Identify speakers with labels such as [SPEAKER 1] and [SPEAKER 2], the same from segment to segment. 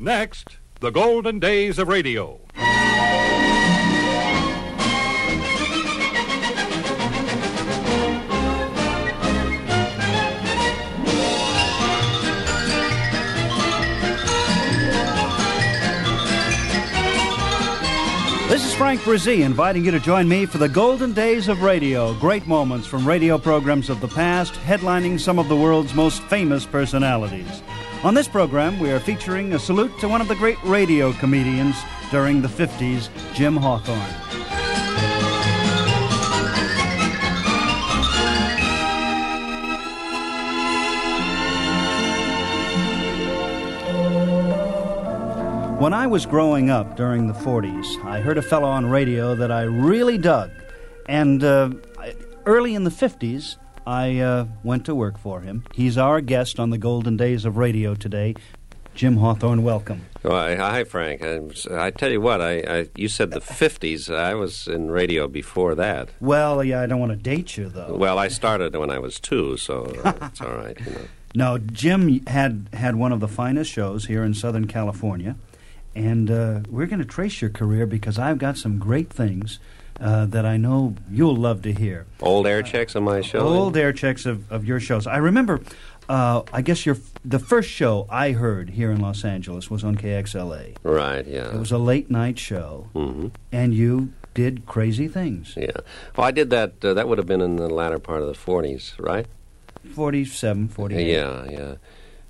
[SPEAKER 1] Next, the golden days of radio.
[SPEAKER 2] This is Frank Brzee inviting you to join me for the golden days of radio. Great moments from radio programs of the past, headlining some of the world's most famous personalities. On this program, we are featuring a salute to one of the great radio comedians during the 50s, Jim Hawthorne. When I was growing up during the 40s, I heard a fellow on radio that I really dug. And uh, I- early in the 50s, I uh, went to work for him. He's our guest on the Golden Days of Radio today. Jim Hawthorne, welcome.
[SPEAKER 3] Why, hi, Frank. I, I tell you what, I, I you said the '50s. I was in radio before that.
[SPEAKER 2] Well, yeah, I don't want to date you, though.
[SPEAKER 3] Well, I started when I was two, so uh, it's all right. You know.
[SPEAKER 2] No, Jim had, had one of the finest shows here in Southern California. And uh, we're going to trace your career because I've got some great things uh, that I know you'll love to hear.
[SPEAKER 3] Old air checks on my show.
[SPEAKER 2] Old air checks of, of your shows. I remember, uh, I guess your the first show I heard here in Los Angeles was on KXLA.
[SPEAKER 3] Right.
[SPEAKER 2] It
[SPEAKER 3] Yeah.
[SPEAKER 2] was a late night show,
[SPEAKER 3] hmm
[SPEAKER 2] and you did crazy things.
[SPEAKER 3] Yeah. Well, I did that. Uh, that would have been in the latter part of the '40s, right?
[SPEAKER 2] 47, 48.
[SPEAKER 3] Yeah. Yeah.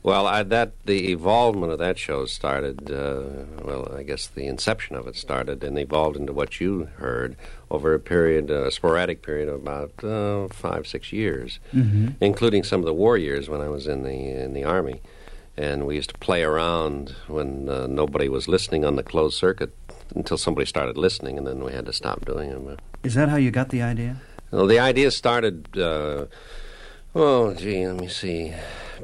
[SPEAKER 3] Well, I, that the evolvement of that show started. Uh, well, I guess the inception of it started and evolved into what you heard over a period, a sporadic period of about uh, five, six years.
[SPEAKER 2] hmm
[SPEAKER 3] including some of the war years when I was in the in the army, and we used to play around when uh, nobody was listening on the closed circuit until somebody started listening, and then we had to stop doing them.
[SPEAKER 2] Is that how you got the idea?
[SPEAKER 3] Well, the idea started. Uh, oh, gee, let me see.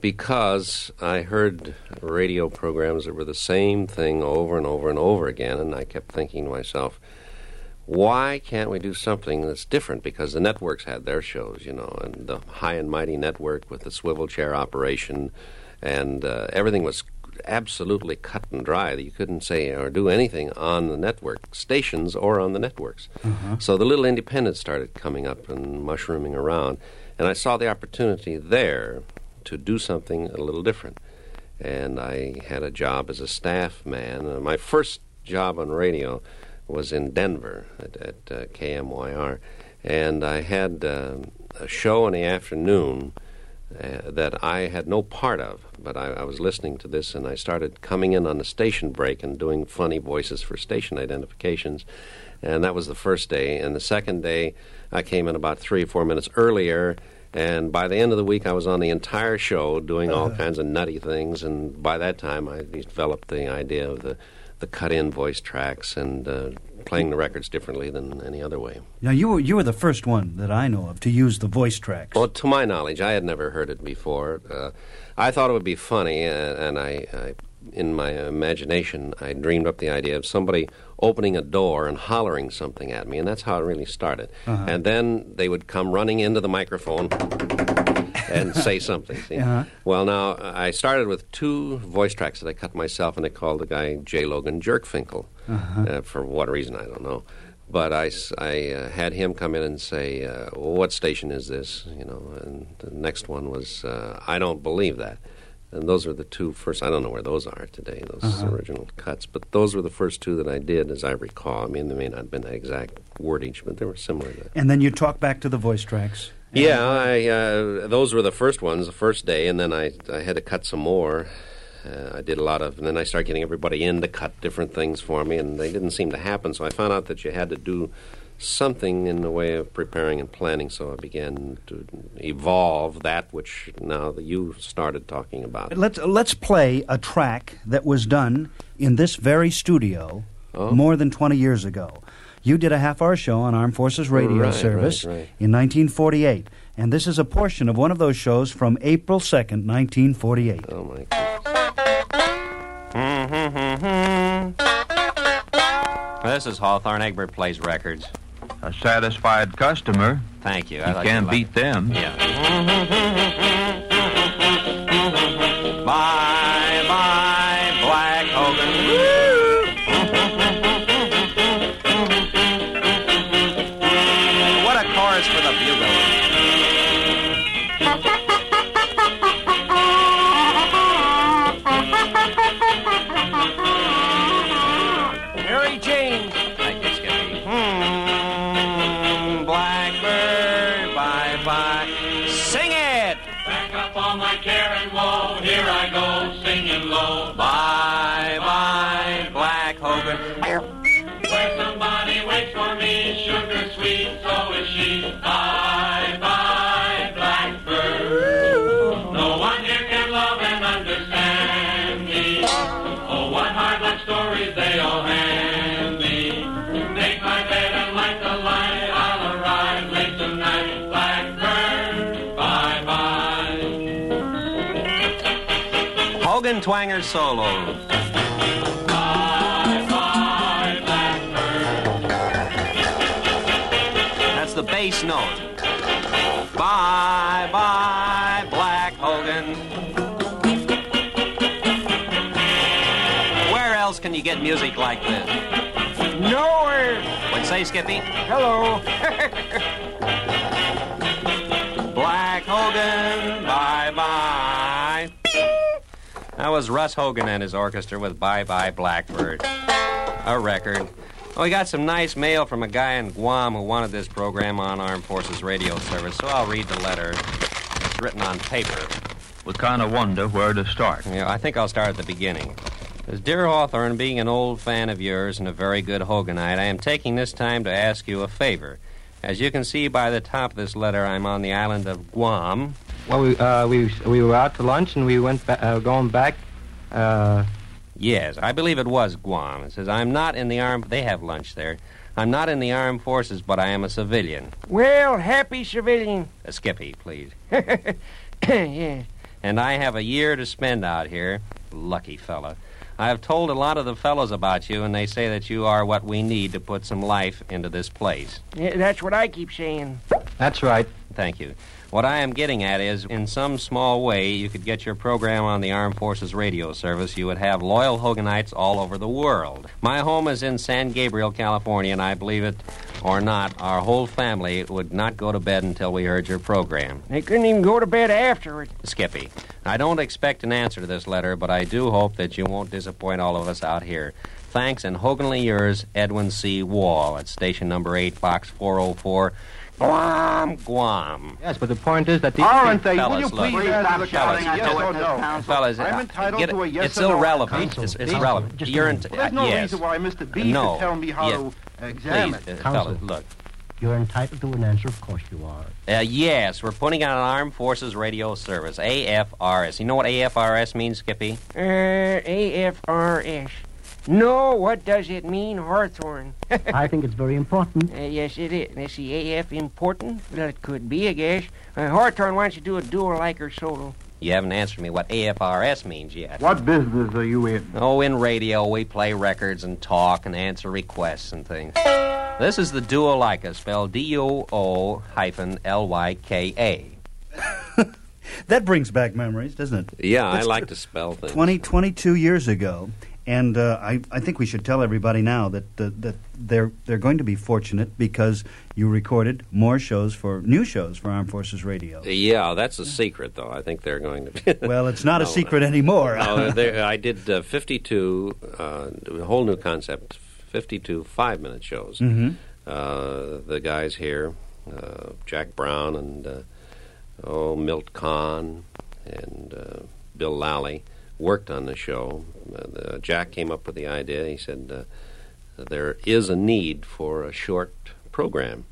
[SPEAKER 3] Because I heard radio programs that were the same thing over and over and over again, and I kept thinking to myself, why can't we do something that's different? Because the networks had their shows, you know, and the high and mighty network with the swivel chair operation, and uh, everything was absolutely cut and dry. You couldn't say or do anything on the network stations or on the networks. So the little independents started coming up and mushrooming around, and I saw the opportunity there to do something a little different. And I had a job as a staff man. Uh, my first job on radio was in Denver at, at uh, KMYR, and I had um a show in the afternoon uh, that I had no part of. But I, I was listening to this, and I started coming in on the station break and doing funny voices for station identifications. And that was the first day. And the second day, I came in about three or four minutes earlier. And by the end of the week, I was on the entire show doing all kinds of nutty things. And by that time, I developed the idea of the, the cut in voice tracks and uh, playing the records differently than any other way.
[SPEAKER 2] Now you were you were the first one that I know of to use the voice tracks.
[SPEAKER 3] Well, to my knowledge, I had never heard it before. Uh, I thought it would be funny, and, and I, I, in my imagination, I dreamed up the idea of somebody opening a door and hollering something at me, and that's how it really started. And then they would come running into the microphone and say something. see?
[SPEAKER 2] Uh-huh.
[SPEAKER 3] Well, now I started with two voice tracks that I cut myself, and I called the guy J. Logan Jerkfinkel uh, for what reason I don't know. But I, s- I, uh, had him come in and say, uh, "What station is this?" You know, and the next one was, uh, "I don't believe that." And those are the two first. I don't know where those are today. Those original cuts, but those were the first two that I did, as I recall. I mean, they may not have been the exact wordage, but they were similar. To
[SPEAKER 2] and then you talk back to the voice tracks.
[SPEAKER 3] yeah, I, uh, those were the first ones, the first day, and then I, I had to cut some more. Uh, I did a lot of, and then I started getting everybody in to cut different things for me, and they didn't seem to happen. So I found out that you had to do something in the way of preparing and planning. So I began to evolve that which now that you started talking about.
[SPEAKER 2] Let's let's play a track that was done in this very studio
[SPEAKER 3] Oh.
[SPEAKER 2] more than 20 years ago. You did a half-hour show on Armed Forces Radio
[SPEAKER 3] Right, right,
[SPEAKER 2] Service
[SPEAKER 3] right.
[SPEAKER 2] in 1948, and this is a portion of one of those shows from April 2nd, 1948.
[SPEAKER 3] Oh my god.
[SPEAKER 4] This is Hawthorne Egbert Plays Records.
[SPEAKER 5] A satisfied customer.
[SPEAKER 4] Thank you. I
[SPEAKER 5] You
[SPEAKER 4] thought
[SPEAKER 5] can't
[SPEAKER 4] you'd
[SPEAKER 5] beat
[SPEAKER 4] like
[SPEAKER 5] them.
[SPEAKER 4] it. Yeah. bye, bye, black Hogan. what a chorus for the bugle.
[SPEAKER 6] Mary Jane.
[SPEAKER 4] Thank you, Skippy. Hmm, Blackbird, bye-bye. Sing it!
[SPEAKER 6] Back up all my care and woe. Here I go, singing low.
[SPEAKER 4] Bye-bye, Black Hogan.
[SPEAKER 6] Where somebody waits for me, sugar sweet, so is she. Bye bye, blackbird. No one here can love and understand me. Oh, what hard luck stories they all hand me. Make my bed and light the light. I'll arrive late tonight, blackbird. Bye bye.
[SPEAKER 4] Hogan Twanger solo. That's the bass note. Bye bye, Black Hogan. Where else can you get music like this? Nowhere. What say, Skippy? Hello. Black Hogan, bye bye. That was Russ Hogan and his orchestra with Bye Bye Blackbird. A record. Well, we got some nice mail from a guy in Guam who wanted this program on Armed Forces Radio Service, so I'll read the letter. It's written on paper.
[SPEAKER 5] We kind of wonder where to start.
[SPEAKER 4] Yeah, I think I'll start at the beginning. As dear Hawthorne, being an old fan of yours and a very good Hoganite, I am taking this time to ask you a favor. As you can see by the top of this letter, I'm on the island of Guam.
[SPEAKER 7] Well, we uh, we we were out to lunch and we went ba- uh, going back. Uh,
[SPEAKER 4] Yes, I believe it was Guam. It says, I'm not in the armed... They have lunch there. I'm not in the armed forces, but I am a civilian.
[SPEAKER 7] well, happy civilian.
[SPEAKER 4] A skippy, please.
[SPEAKER 7] yeah.
[SPEAKER 4] and I have a year to spend out here. Lucky fella. I have told a lot of the fellows about you, and they say that you are what we need to put some life into this place.
[SPEAKER 7] yeah, that's what I keep saying. That's right.
[SPEAKER 4] Thank you. What I am getting at is, in some small way, you could get your program on the Armed Forces Radio Service. You would have loyal Hoganites all over the world. My home is in San Gabriel, California, and I believe it or not, our whole family would not go to bed until we heard your program.
[SPEAKER 7] They couldn't even go to bed afterward.
[SPEAKER 4] Skippy. I don't expect an answer to this letter, but I do hope that you won't disappoint all of us out here. Thanks, and hoganly yours, Edwin C. Wall, at station number 8, box 404, Guam, Guam.
[SPEAKER 7] Yes, but the point is that the
[SPEAKER 5] Aren't they?
[SPEAKER 4] Fellas,
[SPEAKER 5] Will you
[SPEAKER 4] look.
[SPEAKER 5] please stop shouting
[SPEAKER 4] fellas,
[SPEAKER 5] at the witness counsel?
[SPEAKER 4] Fellas,
[SPEAKER 5] I'm
[SPEAKER 4] uh,
[SPEAKER 5] entitled
[SPEAKER 4] get it-
[SPEAKER 5] to a yes
[SPEAKER 4] it's
[SPEAKER 5] or no
[SPEAKER 4] irrelevant.
[SPEAKER 7] Counsel,
[SPEAKER 4] It's, it's
[SPEAKER 7] please,
[SPEAKER 4] irrelevant.
[SPEAKER 7] just a
[SPEAKER 4] You're
[SPEAKER 7] minute.
[SPEAKER 4] ent-
[SPEAKER 5] There's no
[SPEAKER 4] uh, yes.
[SPEAKER 5] reason why Mr. B
[SPEAKER 4] No.
[SPEAKER 5] should tell me how
[SPEAKER 4] Yes.
[SPEAKER 5] to
[SPEAKER 4] Please,
[SPEAKER 5] examine.
[SPEAKER 4] uh,
[SPEAKER 8] Counsel.
[SPEAKER 4] fellas, look.
[SPEAKER 8] You're entitled to an answer, of course you are.
[SPEAKER 4] Uh, yes, we're putting out an Armed Forces Radio Service, AFRS. You know what AFRS means, Skippy?
[SPEAKER 7] Uh, AFRS. No, what does it mean, Hawthorne?
[SPEAKER 8] I think it's very important.
[SPEAKER 7] Uh, yes, it is. Is the AF important? Well, it could be, I guess. Uh, Hawthorne wants to do a duel like her solo.
[SPEAKER 4] You haven't answered me what AFRS means yet.
[SPEAKER 5] What business are you in?
[SPEAKER 4] Oh, in radio, we play records and talk and answer requests and things. This is the Duolica, spelled D-U-O hyphen L-Y-K-A.
[SPEAKER 2] That brings back memories, doesn't it?
[SPEAKER 3] Yeah, I like to spell things.
[SPEAKER 2] 20, 22 years ago, and uh, I, I think we should tell everybody now that the, that they're they're going to be fortunate because you recorded more shows for new shows for Armed Forces Radio.
[SPEAKER 3] Yeah, that's a secret, though. I think they're going to be.
[SPEAKER 2] Well, it's not a
[SPEAKER 3] No,
[SPEAKER 2] secret anymore.
[SPEAKER 3] no, there, I did uh, 52, uh, a whole new concept, 52 five minute shows. Uh, the guys here, uh, Jack Brown and uh, oh, Milt Kahn and uh, Bill Lally, worked on the show. Uh, the, Jack came up with the idea. He said, uh, There is a need for a short program.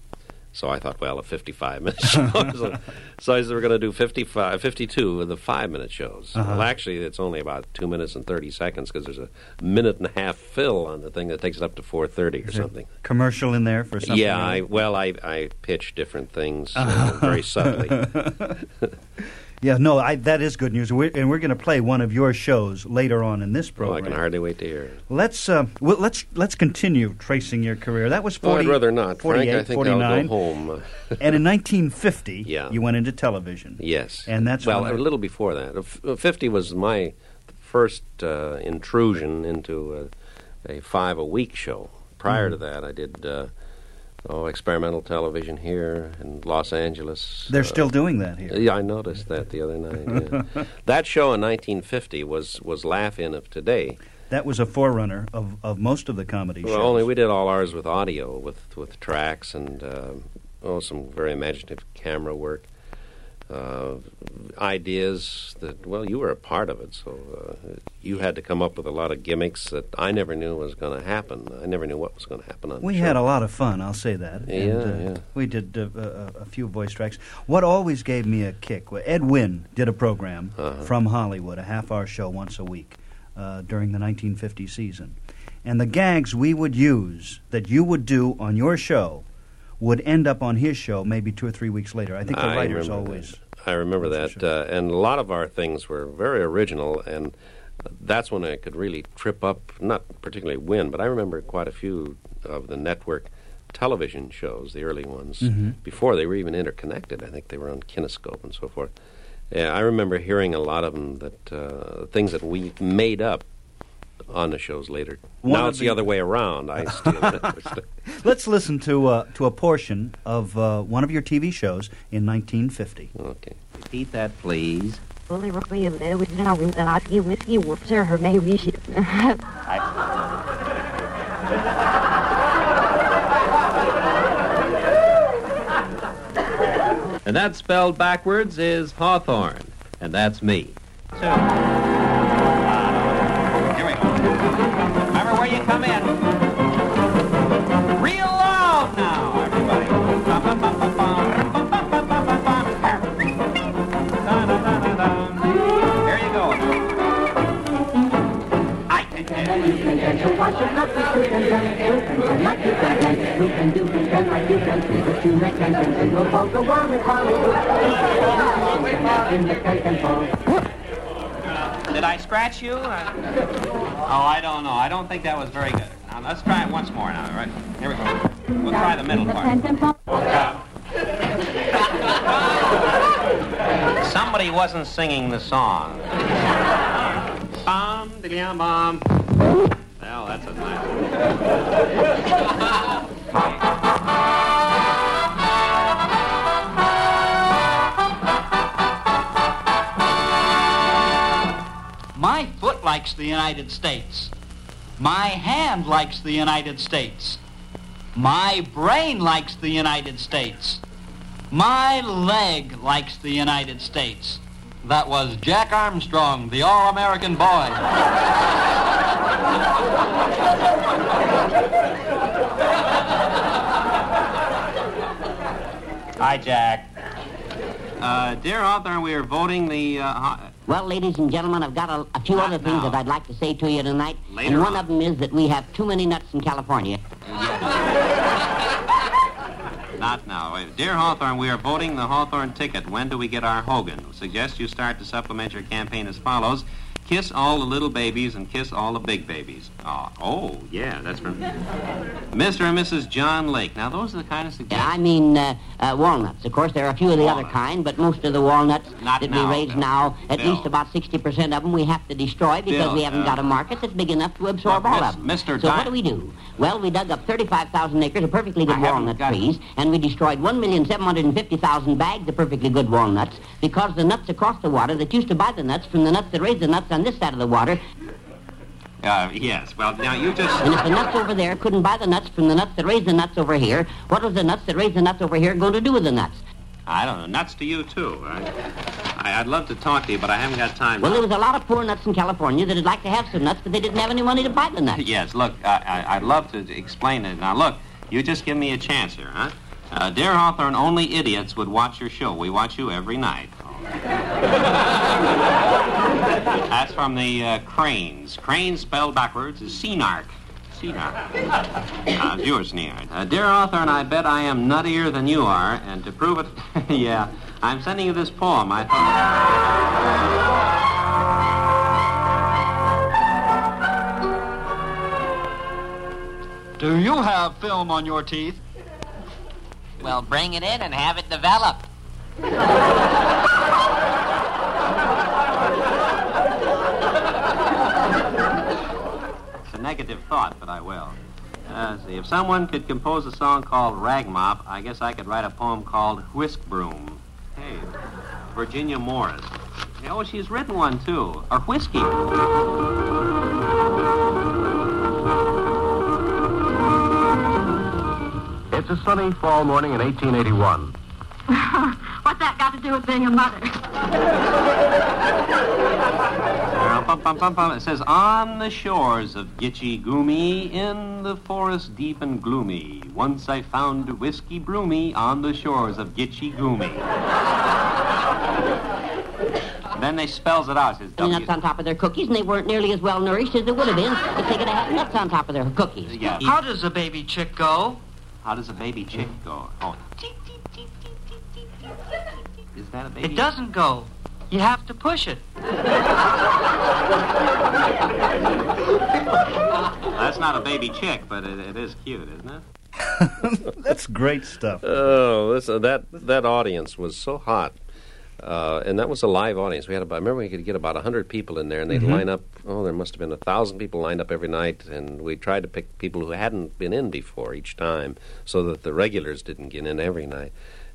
[SPEAKER 3] So I thought, well, a 55 minute show. so, so I said, we're going to do 55, 52 of the five minute shows. Well, actually, it's only about two minutes and 30 seconds because there's a minute and a half fill on the thing that takes it up to 4.30 or something.
[SPEAKER 2] Commercial in there for something.
[SPEAKER 3] Yeah, I, well, I, I pitch different things uh, very subtly.
[SPEAKER 2] yeah. No, I, that is good news, we're, and we're going to play one of your shows later on in this
[SPEAKER 3] Well, Oh, I
[SPEAKER 2] program.
[SPEAKER 3] can hardly wait to hear it.
[SPEAKER 2] Let's uh, well, let's let's continue tracing your career. That was
[SPEAKER 3] Well,
[SPEAKER 2] 40,
[SPEAKER 3] Oh, I'd rather not. Frank,
[SPEAKER 2] 48,
[SPEAKER 3] I think
[SPEAKER 2] 49.
[SPEAKER 3] I'll go home.
[SPEAKER 2] and in 1950,
[SPEAKER 3] Yeah.
[SPEAKER 2] you went into television.
[SPEAKER 3] Yes.
[SPEAKER 2] And that's
[SPEAKER 3] well
[SPEAKER 2] when I-
[SPEAKER 3] a little before that. Uh, f- uh, Fifty was my first uh, intrusion into a, a five a week show. Prior
[SPEAKER 2] Mm-hmm.
[SPEAKER 3] to that, I did uh, oh experimental television here in Los Angeles.
[SPEAKER 2] They're
[SPEAKER 3] uh,
[SPEAKER 2] still doing that here.
[SPEAKER 3] yeah, I noticed that the other night. yeah. that show in 1950 was was Laugh In of Today.
[SPEAKER 2] That was a forerunner of, of most of the comedy
[SPEAKER 3] Well,
[SPEAKER 2] shows.
[SPEAKER 3] only we did all ours with audio, with with tracks and um oh, some very imaginative camera work, uh, ideas that well, you were a part of it, so uh, you had to come up with a lot of gimmicks that I never knew was going to happen. I never knew what was going to happen on.
[SPEAKER 2] We
[SPEAKER 3] the show.
[SPEAKER 2] had a lot of fun, I'll say that.
[SPEAKER 3] Yeah, yeah.
[SPEAKER 2] We did uh, a, a few voice tracks. What always gave me a kick, wa- Ed Wynn did a program
[SPEAKER 3] Uh-huh.
[SPEAKER 2] from Hollywood, a half hour show once a week uh, during the 1950 season. And the gags we would use that you would do on your show would end up on his show maybe two or three weeks later. I think the
[SPEAKER 3] I
[SPEAKER 2] writers
[SPEAKER 3] remember
[SPEAKER 2] always.
[SPEAKER 3] that. I remember
[SPEAKER 2] That's
[SPEAKER 3] that, uh, and a lot of our things were very original, and that's when I could really trip up. Not particularly win, but I remember quite a few of the network television shows, the early ones,
[SPEAKER 2] Mm-hmm.
[SPEAKER 3] before they were even interconnected. I think they were on Kinescope and so forth. Yeah, I remember hearing a lot of them that uh, things that we made up on the shows later.
[SPEAKER 2] One
[SPEAKER 3] now
[SPEAKER 2] of
[SPEAKER 3] it's the,
[SPEAKER 2] the-
[SPEAKER 3] other way around. I steal it.
[SPEAKER 2] Let's listen to, uh, to a portion of uh, one of your TV shows in 1950.
[SPEAKER 3] okay.
[SPEAKER 4] Repeat that, please.
[SPEAKER 9] Bully Ripley and there was now with an Oski whiskey whoopser her may we should
[SPEAKER 4] And that spelled backwards is Hawthorne. And that's me. So. Here we go. Remember where you come in. Real loud now, everybody. Bum-bum-bum-bum-bum. Here you go. I can handle it. Did I scratch you? Uh, Oh, I don't know. I don't think that was very good. Now, let's try it once more now, all right? Here we go. We'll try the middle part. Somebody wasn't singing the song. Bum, diggity, bum. Well, that's a nice one.
[SPEAKER 10] My foot likes the United States. My hand likes the United States. My brain likes the United States. My leg likes the United States. That was Jack Armstrong, the All-American boy.
[SPEAKER 4] Hi, Jack. Uh, dear author, we are voting the. Uh, ho-
[SPEAKER 9] Well, ladies and gentlemen, I've got a, a few other things that I'd like to say to you tonight.
[SPEAKER 4] Later
[SPEAKER 9] and one
[SPEAKER 4] on.
[SPEAKER 9] of them is that we have too many nuts in California.
[SPEAKER 4] not now. Wait. Dear Hawthorne, we are voting the Hawthorne ticket. When do we get our Hogan? Suggest you start to supplement your campaign as follows. Kiss all the little babies and kiss all the big babies. Oh, oh yeah, that's from Mr. and Mrs. John Lake. Now, those are the kind of
[SPEAKER 9] Yeah, I
[SPEAKER 4] suggestions.
[SPEAKER 9] mean uh, uh, walnuts. Of course, there are a few of the other
[SPEAKER 4] Walnuts.
[SPEAKER 9] kind, but most of the walnuts
[SPEAKER 4] Not
[SPEAKER 9] that
[SPEAKER 4] now,
[SPEAKER 9] we raise
[SPEAKER 4] Bill.
[SPEAKER 9] now, at
[SPEAKER 4] Bill.
[SPEAKER 9] least about 60% of them, we have to destroy because
[SPEAKER 4] Bill,
[SPEAKER 9] we haven't
[SPEAKER 4] uh,
[SPEAKER 9] got a market that's big enough to absorb
[SPEAKER 4] Look,
[SPEAKER 9] all
[SPEAKER 4] Miss-
[SPEAKER 9] of them.
[SPEAKER 4] Mr.
[SPEAKER 9] So
[SPEAKER 4] Di-
[SPEAKER 9] what do we do? Well, we dug up 35,000 acres of perfectly
[SPEAKER 4] I
[SPEAKER 9] good
[SPEAKER 4] haven't
[SPEAKER 9] walnut
[SPEAKER 4] got it.
[SPEAKER 9] trees, and we destroyed 1,750,000 bags of perfectly good walnuts because the nuts across the water that used to buy the nuts from the nuts that raise the nuts on this side of the water
[SPEAKER 4] Uh, yes. Well, now you just.
[SPEAKER 9] and if the nuts over there couldn't buy the nuts from the nuts that raise the nuts over here, what was the nuts that raise the nuts over here going to do with the nuts?
[SPEAKER 4] I don't know. Nuts to you, too. I, I, I'd love to talk to you, but I haven't got time.
[SPEAKER 9] Well, there was a lot of poor nuts in California that'd like to have some nuts, but they didn't have any money to buy the nuts.
[SPEAKER 4] Yes, look, I, I, I'd love to explain it. Now, look, you just give me a chance here, huh? Uh, dear author, and only idiots would watch your show. We watch you every night. That's from the uh, Cranes. Cranes spelled backwards is Senark. Senark. Uh, viewers, Senark. Uh, dear author, and I bet I am nuttier than you are, and to prove it, yeah, I'm sending you this poem. I thought.
[SPEAKER 10] Do you have film on your teeth?
[SPEAKER 7] Well, bring it in and have it developed.
[SPEAKER 4] negative thought, but I will. Uh, see, if someone could compose a song called Ragmop, I guess I could write a poem called Whisk Broom. Hey, Virginia Morris. Oh, she's written one too. Or whiskey.
[SPEAKER 11] It's a sunny fall morning in 1881.
[SPEAKER 12] What's that got to do with being a mother?
[SPEAKER 4] Uh, bum, bum, bum, bum. It says, On the shores of Gitche Goomy, in the forest deep and gloomy, once I found whiskey broomy on the shores of Gitche Goomy. then they spells it out. It says,
[SPEAKER 9] Nuts on top of their cookies, and they weren't nearly as well nourished as they would have been if they could have had nuts on top of their cookies.
[SPEAKER 10] How does a baby chick go?
[SPEAKER 4] How does a baby chick go? Oh, is that a baby?
[SPEAKER 10] It doesn't go. You have to push it.
[SPEAKER 4] That's not a baby chick, but it, it is cute, isn't it?
[SPEAKER 2] That's great stuff.
[SPEAKER 3] Oh, this, uh, that that audience was so hot, uh, and that was a live audience. We had about. I remember we could get about hundred people in there, and they'd
[SPEAKER 2] Mm-hmm.
[SPEAKER 13] Mhm.
[SPEAKER 3] line up. Oh, there must have been a thousand people lined up every night, and we tried to pick people who hadn't been in before each time, so that the regulars didn't get in every night.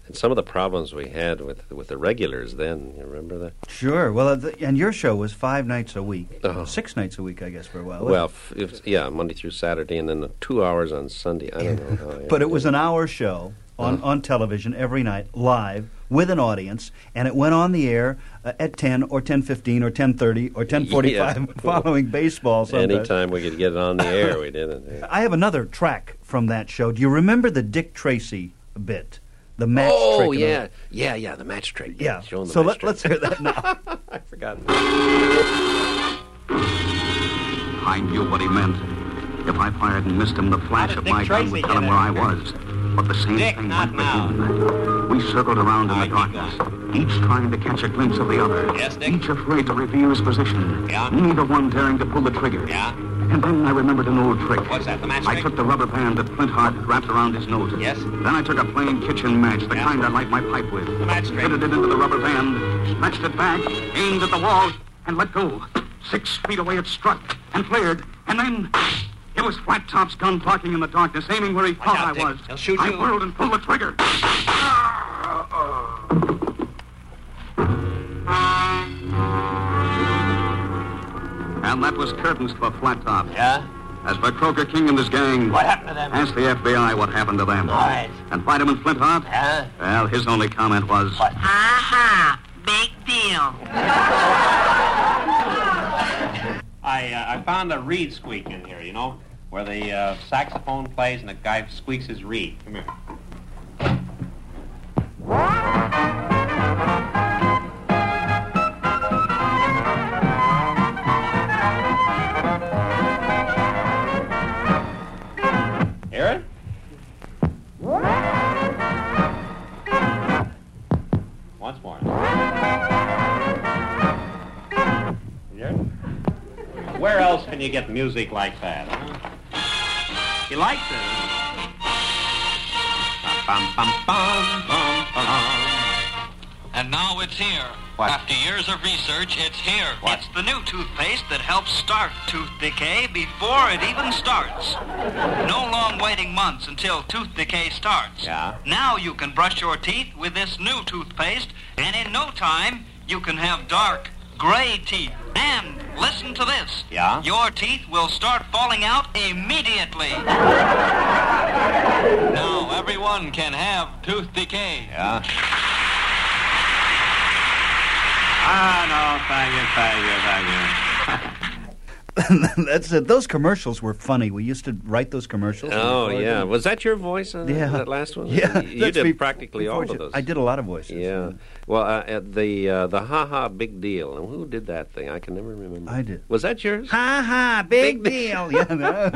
[SPEAKER 3] And some of the problems we had with with the regulars then. You remember that?
[SPEAKER 2] Sure. Well, uh, th- and your show was five nights a week, six nights a week, I guess, for a while. wasn't
[SPEAKER 3] Uh-huh. Well, f- if, yeah, Monday through Saturday, and then the two hours on Sunday. I don't know. How
[SPEAKER 2] it? but it was an hour show on,
[SPEAKER 3] Uh-huh.
[SPEAKER 2] on television every night, live with an audience, and it went on the air uh, at ten or ten fifteen or ten thirty or ten forty five,
[SPEAKER 3] Yeah.
[SPEAKER 2] following baseball. Sometimes.
[SPEAKER 3] Anytime we could get it on the air, we did it.
[SPEAKER 2] I have another track from that show. Do you remember the Dick Tracy bit, the match
[SPEAKER 3] oh
[SPEAKER 2] trick? and
[SPEAKER 3] yeah,
[SPEAKER 2] all-
[SPEAKER 3] yeah, yeah. The match trick.
[SPEAKER 2] yeah.
[SPEAKER 3] Showing the
[SPEAKER 2] So
[SPEAKER 3] match
[SPEAKER 2] let,
[SPEAKER 3] trick.
[SPEAKER 2] let's hear that now.
[SPEAKER 3] I forgot.
[SPEAKER 14] I knew what he meant. If I fired and missed him, the flash of
[SPEAKER 15] Dick
[SPEAKER 14] my gun
[SPEAKER 15] Tracy
[SPEAKER 14] would tell
[SPEAKER 15] get
[SPEAKER 14] him
[SPEAKER 15] it?
[SPEAKER 14] where I was. But the same thing went for him. We circled around in the darkness, each trying to catch a glimpse of the other. Yes, Dick. Each afraid to reveal his position. Yeah. Neither one daring to pull the trigger. Yeah. And then I remembered an old trick. What's that, the match I took the rubber band that Flint Hart had wrapped around his nose. Yes. Then I took a plain kitchen match, the kind I light my pipe with. The match Fitted it into the rubber band, snatched it back, aimed at the wall, and let go. Six feet away it struck and flared, and then it was Flat Top's gun blocking in the darkness, aiming where he thought I was. He'll shoot I whirled and pulled the trigger. And that was curtains for Flat Top. Yeah? As for Croker King and his gang. What happened to them? Ask the FBI what happened to them. All right. And Vitamin Flintheart? Yeah? Well, his only comment was. What?
[SPEAKER 12] Aha! Big deal.
[SPEAKER 4] I, uh, I found a reed squeak in here, you know, where the uh, saxophone plays and the guy squeaks his reed. Come here. Hear it? Once more. Hear it? Where else can you get music like that? huh? You like this? Bum, bum, bum, bum, bum.
[SPEAKER 10] And now it's here.
[SPEAKER 4] What?
[SPEAKER 10] After years of research, it's here. It's the new toothpaste that helps start tooth decay before it even starts. No long waiting months until tooth decay starts.
[SPEAKER 4] Yeah.
[SPEAKER 10] Now you can brush your teeth with this new toothpaste, and in no time, you can have dark, gray teeth. And listen to this.
[SPEAKER 4] Yeah?
[SPEAKER 10] Your teeth will start falling out immediately. now everyone can have tooth decay.
[SPEAKER 4] Yeah. Ah, no, thank you, thank you, thank you.
[SPEAKER 2] That's it. Those commercials were funny. We used to write those commercials.
[SPEAKER 3] Oh
[SPEAKER 2] Before I
[SPEAKER 3] yeah,
[SPEAKER 2] did-
[SPEAKER 3] was that your voice on
[SPEAKER 2] Yeah.
[SPEAKER 3] that last one?
[SPEAKER 2] Yeah,
[SPEAKER 3] you, you
[SPEAKER 2] that's
[SPEAKER 3] did
[SPEAKER 2] be-
[SPEAKER 3] practically
[SPEAKER 2] before
[SPEAKER 3] all
[SPEAKER 2] you-
[SPEAKER 3] of those.
[SPEAKER 2] I did a lot of voices.
[SPEAKER 3] Yeah. Well, uh, at the uh, the ha ha big deal. And who did that thing? I can never remember.
[SPEAKER 2] I did.
[SPEAKER 3] Was that yours?
[SPEAKER 2] Ha ha! Big, deal. yeah. no.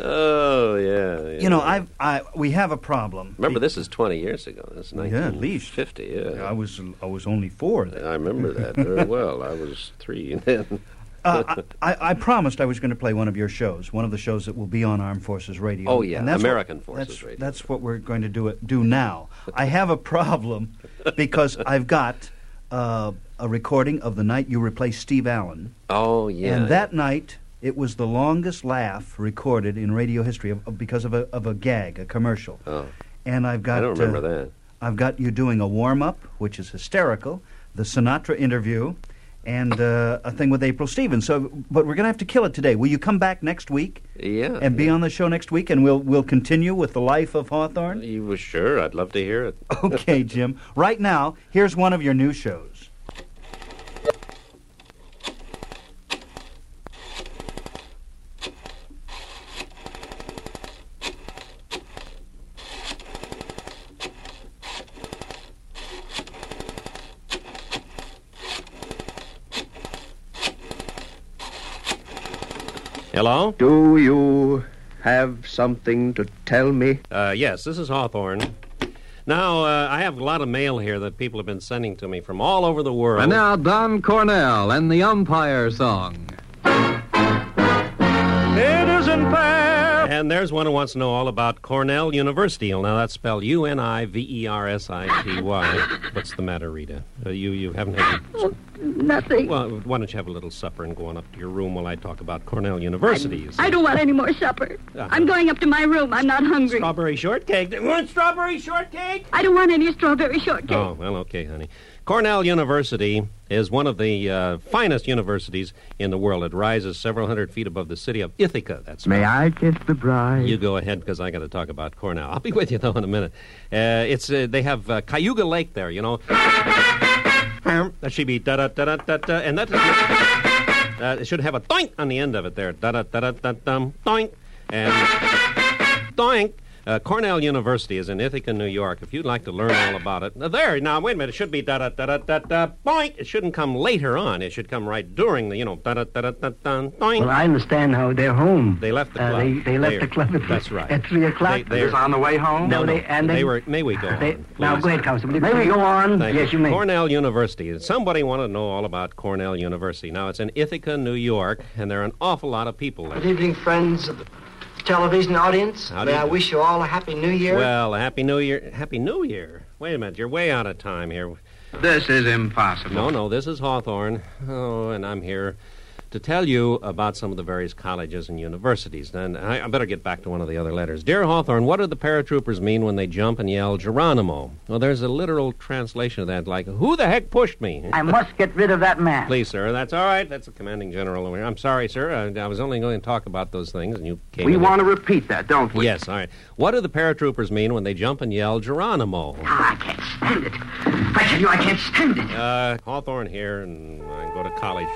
[SPEAKER 3] Oh yeah. yeah.
[SPEAKER 2] You know, I, I, we have a problem.
[SPEAKER 3] remember this is twenty years ago. This is
[SPEAKER 2] Yeah, at
[SPEAKER 3] nineteen fifty. Yeah.
[SPEAKER 2] I was, I was only four then.
[SPEAKER 3] I remember that very well. I was three then.
[SPEAKER 2] Uh, I, I, I promised I was going to play one of your shows, one of the shows that will be on Armed Forces Radio.
[SPEAKER 3] Oh, yeah,
[SPEAKER 2] And that's what-
[SPEAKER 3] American Forces
[SPEAKER 2] that's,
[SPEAKER 3] Radio.
[SPEAKER 2] That's what we're going to do it, do now. I have a problem because I've got uh, a recording of the night you replaced Steve Allen,
[SPEAKER 3] Oh yeah.
[SPEAKER 2] and that night It was the longest laugh recorded in radio history of, of- because of a, of a gag, a commercial.
[SPEAKER 3] Oh.
[SPEAKER 2] And I've got.
[SPEAKER 3] I don't remember
[SPEAKER 2] uh,
[SPEAKER 3] that.
[SPEAKER 2] I've got you doing a warm up, which is hysterical, the Sinatra interview, and uh, a thing with April Stevens. So, but we're going to have to kill it today. Will you come back next week
[SPEAKER 3] Yeah.
[SPEAKER 2] and be on the show next week, and we'll we'll continue with the life of Hawthorne?
[SPEAKER 3] You were sure. I'd love to hear it.
[SPEAKER 2] Okay, Jim. Right now, here's one of your new shows.
[SPEAKER 3] Hello?
[SPEAKER 13] Do you have something to tell me?
[SPEAKER 3] Uh, yes, this is Hawthorne. Now, uh, I have a lot of mail here that people have been sending to me from all over the world.
[SPEAKER 15] And now Don Cornell and the umpire song.
[SPEAKER 3] It isn't fair. And there's one who wants to know all about Cornell University. Now that's spelled U N I V E R S I T Y. What's the matter, Rita? Uh, you you haven't had your...
[SPEAKER 12] nothing.
[SPEAKER 3] Well, why don't you have a little supper and go on up to your room while I talk about Cornell University? you see.
[SPEAKER 12] I don't want any more supper. I'm going up to my room. I'm not hungry.
[SPEAKER 3] Strawberry shortcake. You want strawberry shortcake?
[SPEAKER 12] I don't want any strawberry shortcake.
[SPEAKER 3] Oh, well, okay, honey. Cornell University is one of the uh, finest universities in the world. It rises several hundred feet above the city of Ithaca. That's
[SPEAKER 16] May I kiss the bride?
[SPEAKER 3] You go ahead because I got to talk about Cornell. I'll be with you though in a minute. Uh, it's uh, they have uh, Cayuga Lake there, you know. That should be da da da da da da, and that uh, it should have a doink on the end of it there. Da da da da da dum doink and doink. Uh, Cornell University is in Ithaca, New York. If you'd like to learn all about it, now there. Now wait a minute. It should be da da da da da da boink. It shouldn't come later on. It should come right during the you know da da da da da da doink.
[SPEAKER 16] Well, I understand how they're home.
[SPEAKER 3] They left the
[SPEAKER 16] Uh,
[SPEAKER 3] club.
[SPEAKER 16] they- they left
[SPEAKER 3] There.
[SPEAKER 16] the club at-
[SPEAKER 3] That's right.
[SPEAKER 16] at three o'clock.
[SPEAKER 3] They,
[SPEAKER 16] It was on the way home?
[SPEAKER 3] No,
[SPEAKER 16] No,
[SPEAKER 3] no.
[SPEAKER 16] they- and
[SPEAKER 3] they
[SPEAKER 16] they-
[SPEAKER 3] were. May we go
[SPEAKER 16] they-
[SPEAKER 3] on?
[SPEAKER 16] now,
[SPEAKER 3] please?
[SPEAKER 16] go ahead, Constable. May we go on?
[SPEAKER 3] Thank
[SPEAKER 16] Yes, you may.
[SPEAKER 3] Cornell University. Somebody want to know all about Cornell University. Now it's in Ithaca, New York, and there are an awful lot of people there.
[SPEAKER 17] Good evening, friends of the television audience.
[SPEAKER 3] How do
[SPEAKER 17] May
[SPEAKER 3] you
[SPEAKER 17] I
[SPEAKER 3] do?
[SPEAKER 17] wish you all a happy new year.
[SPEAKER 3] Well, happy New Year. Happy New Year. Wait a minute, you're way out of time here.
[SPEAKER 11] This is impossible.
[SPEAKER 3] No, no, this is Hawthorne. Oh, and I'm here to tell you about some of the various colleges and universities. And I, I better get back to one of the other letters. Dear Hawthorne, what do the paratroopers mean when they jump and yell Geronimo? Well, there's a literal translation of that, like, who the heck pushed me?
[SPEAKER 18] I must get rid of that man.
[SPEAKER 3] Please, sir. That's all right. That's the commanding general over here. I'm sorry, sir. I, I was only going to talk about those things, and you came.
[SPEAKER 11] We want
[SPEAKER 3] to.
[SPEAKER 11] to repeat that, don't we?
[SPEAKER 3] Yes, all right. What do the paratroopers mean when they jump and yell Geronimo?
[SPEAKER 18] I can't stand it. I tell you, I can't stand it.
[SPEAKER 3] Uh, Hawthorne here, and I go to college.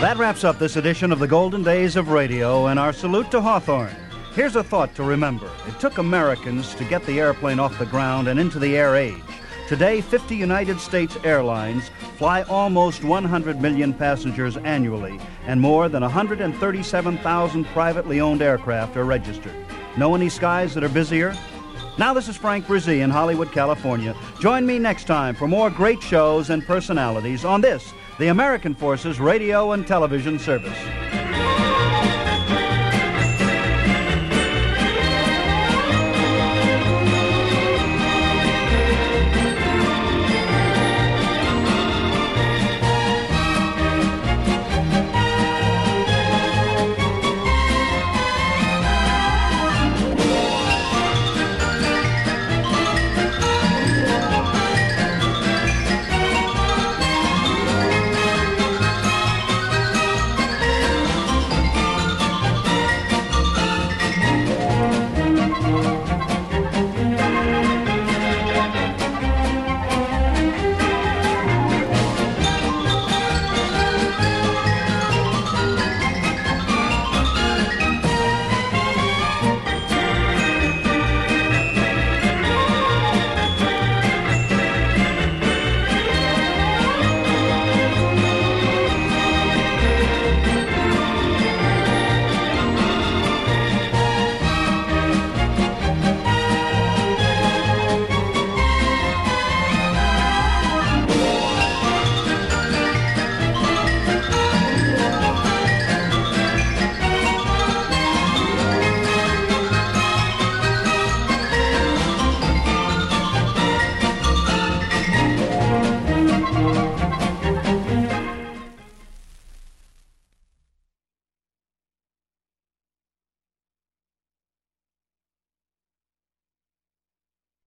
[SPEAKER 2] That wraps up this edition of the Golden Days of Radio and our salute to Hawthorne. Here's a thought to remember. It took Americans to get the airplane off the ground and into the air age. Today, 50 United States airlines fly almost 100 million passengers annually, and more than 137,000 privately owned aircraft are registered. Know any skies that are busier? Now, this is Frank Brzee in Hollywood, California. Join me next time for more great shows and personalities on this, the American Forces Radio and Television Service.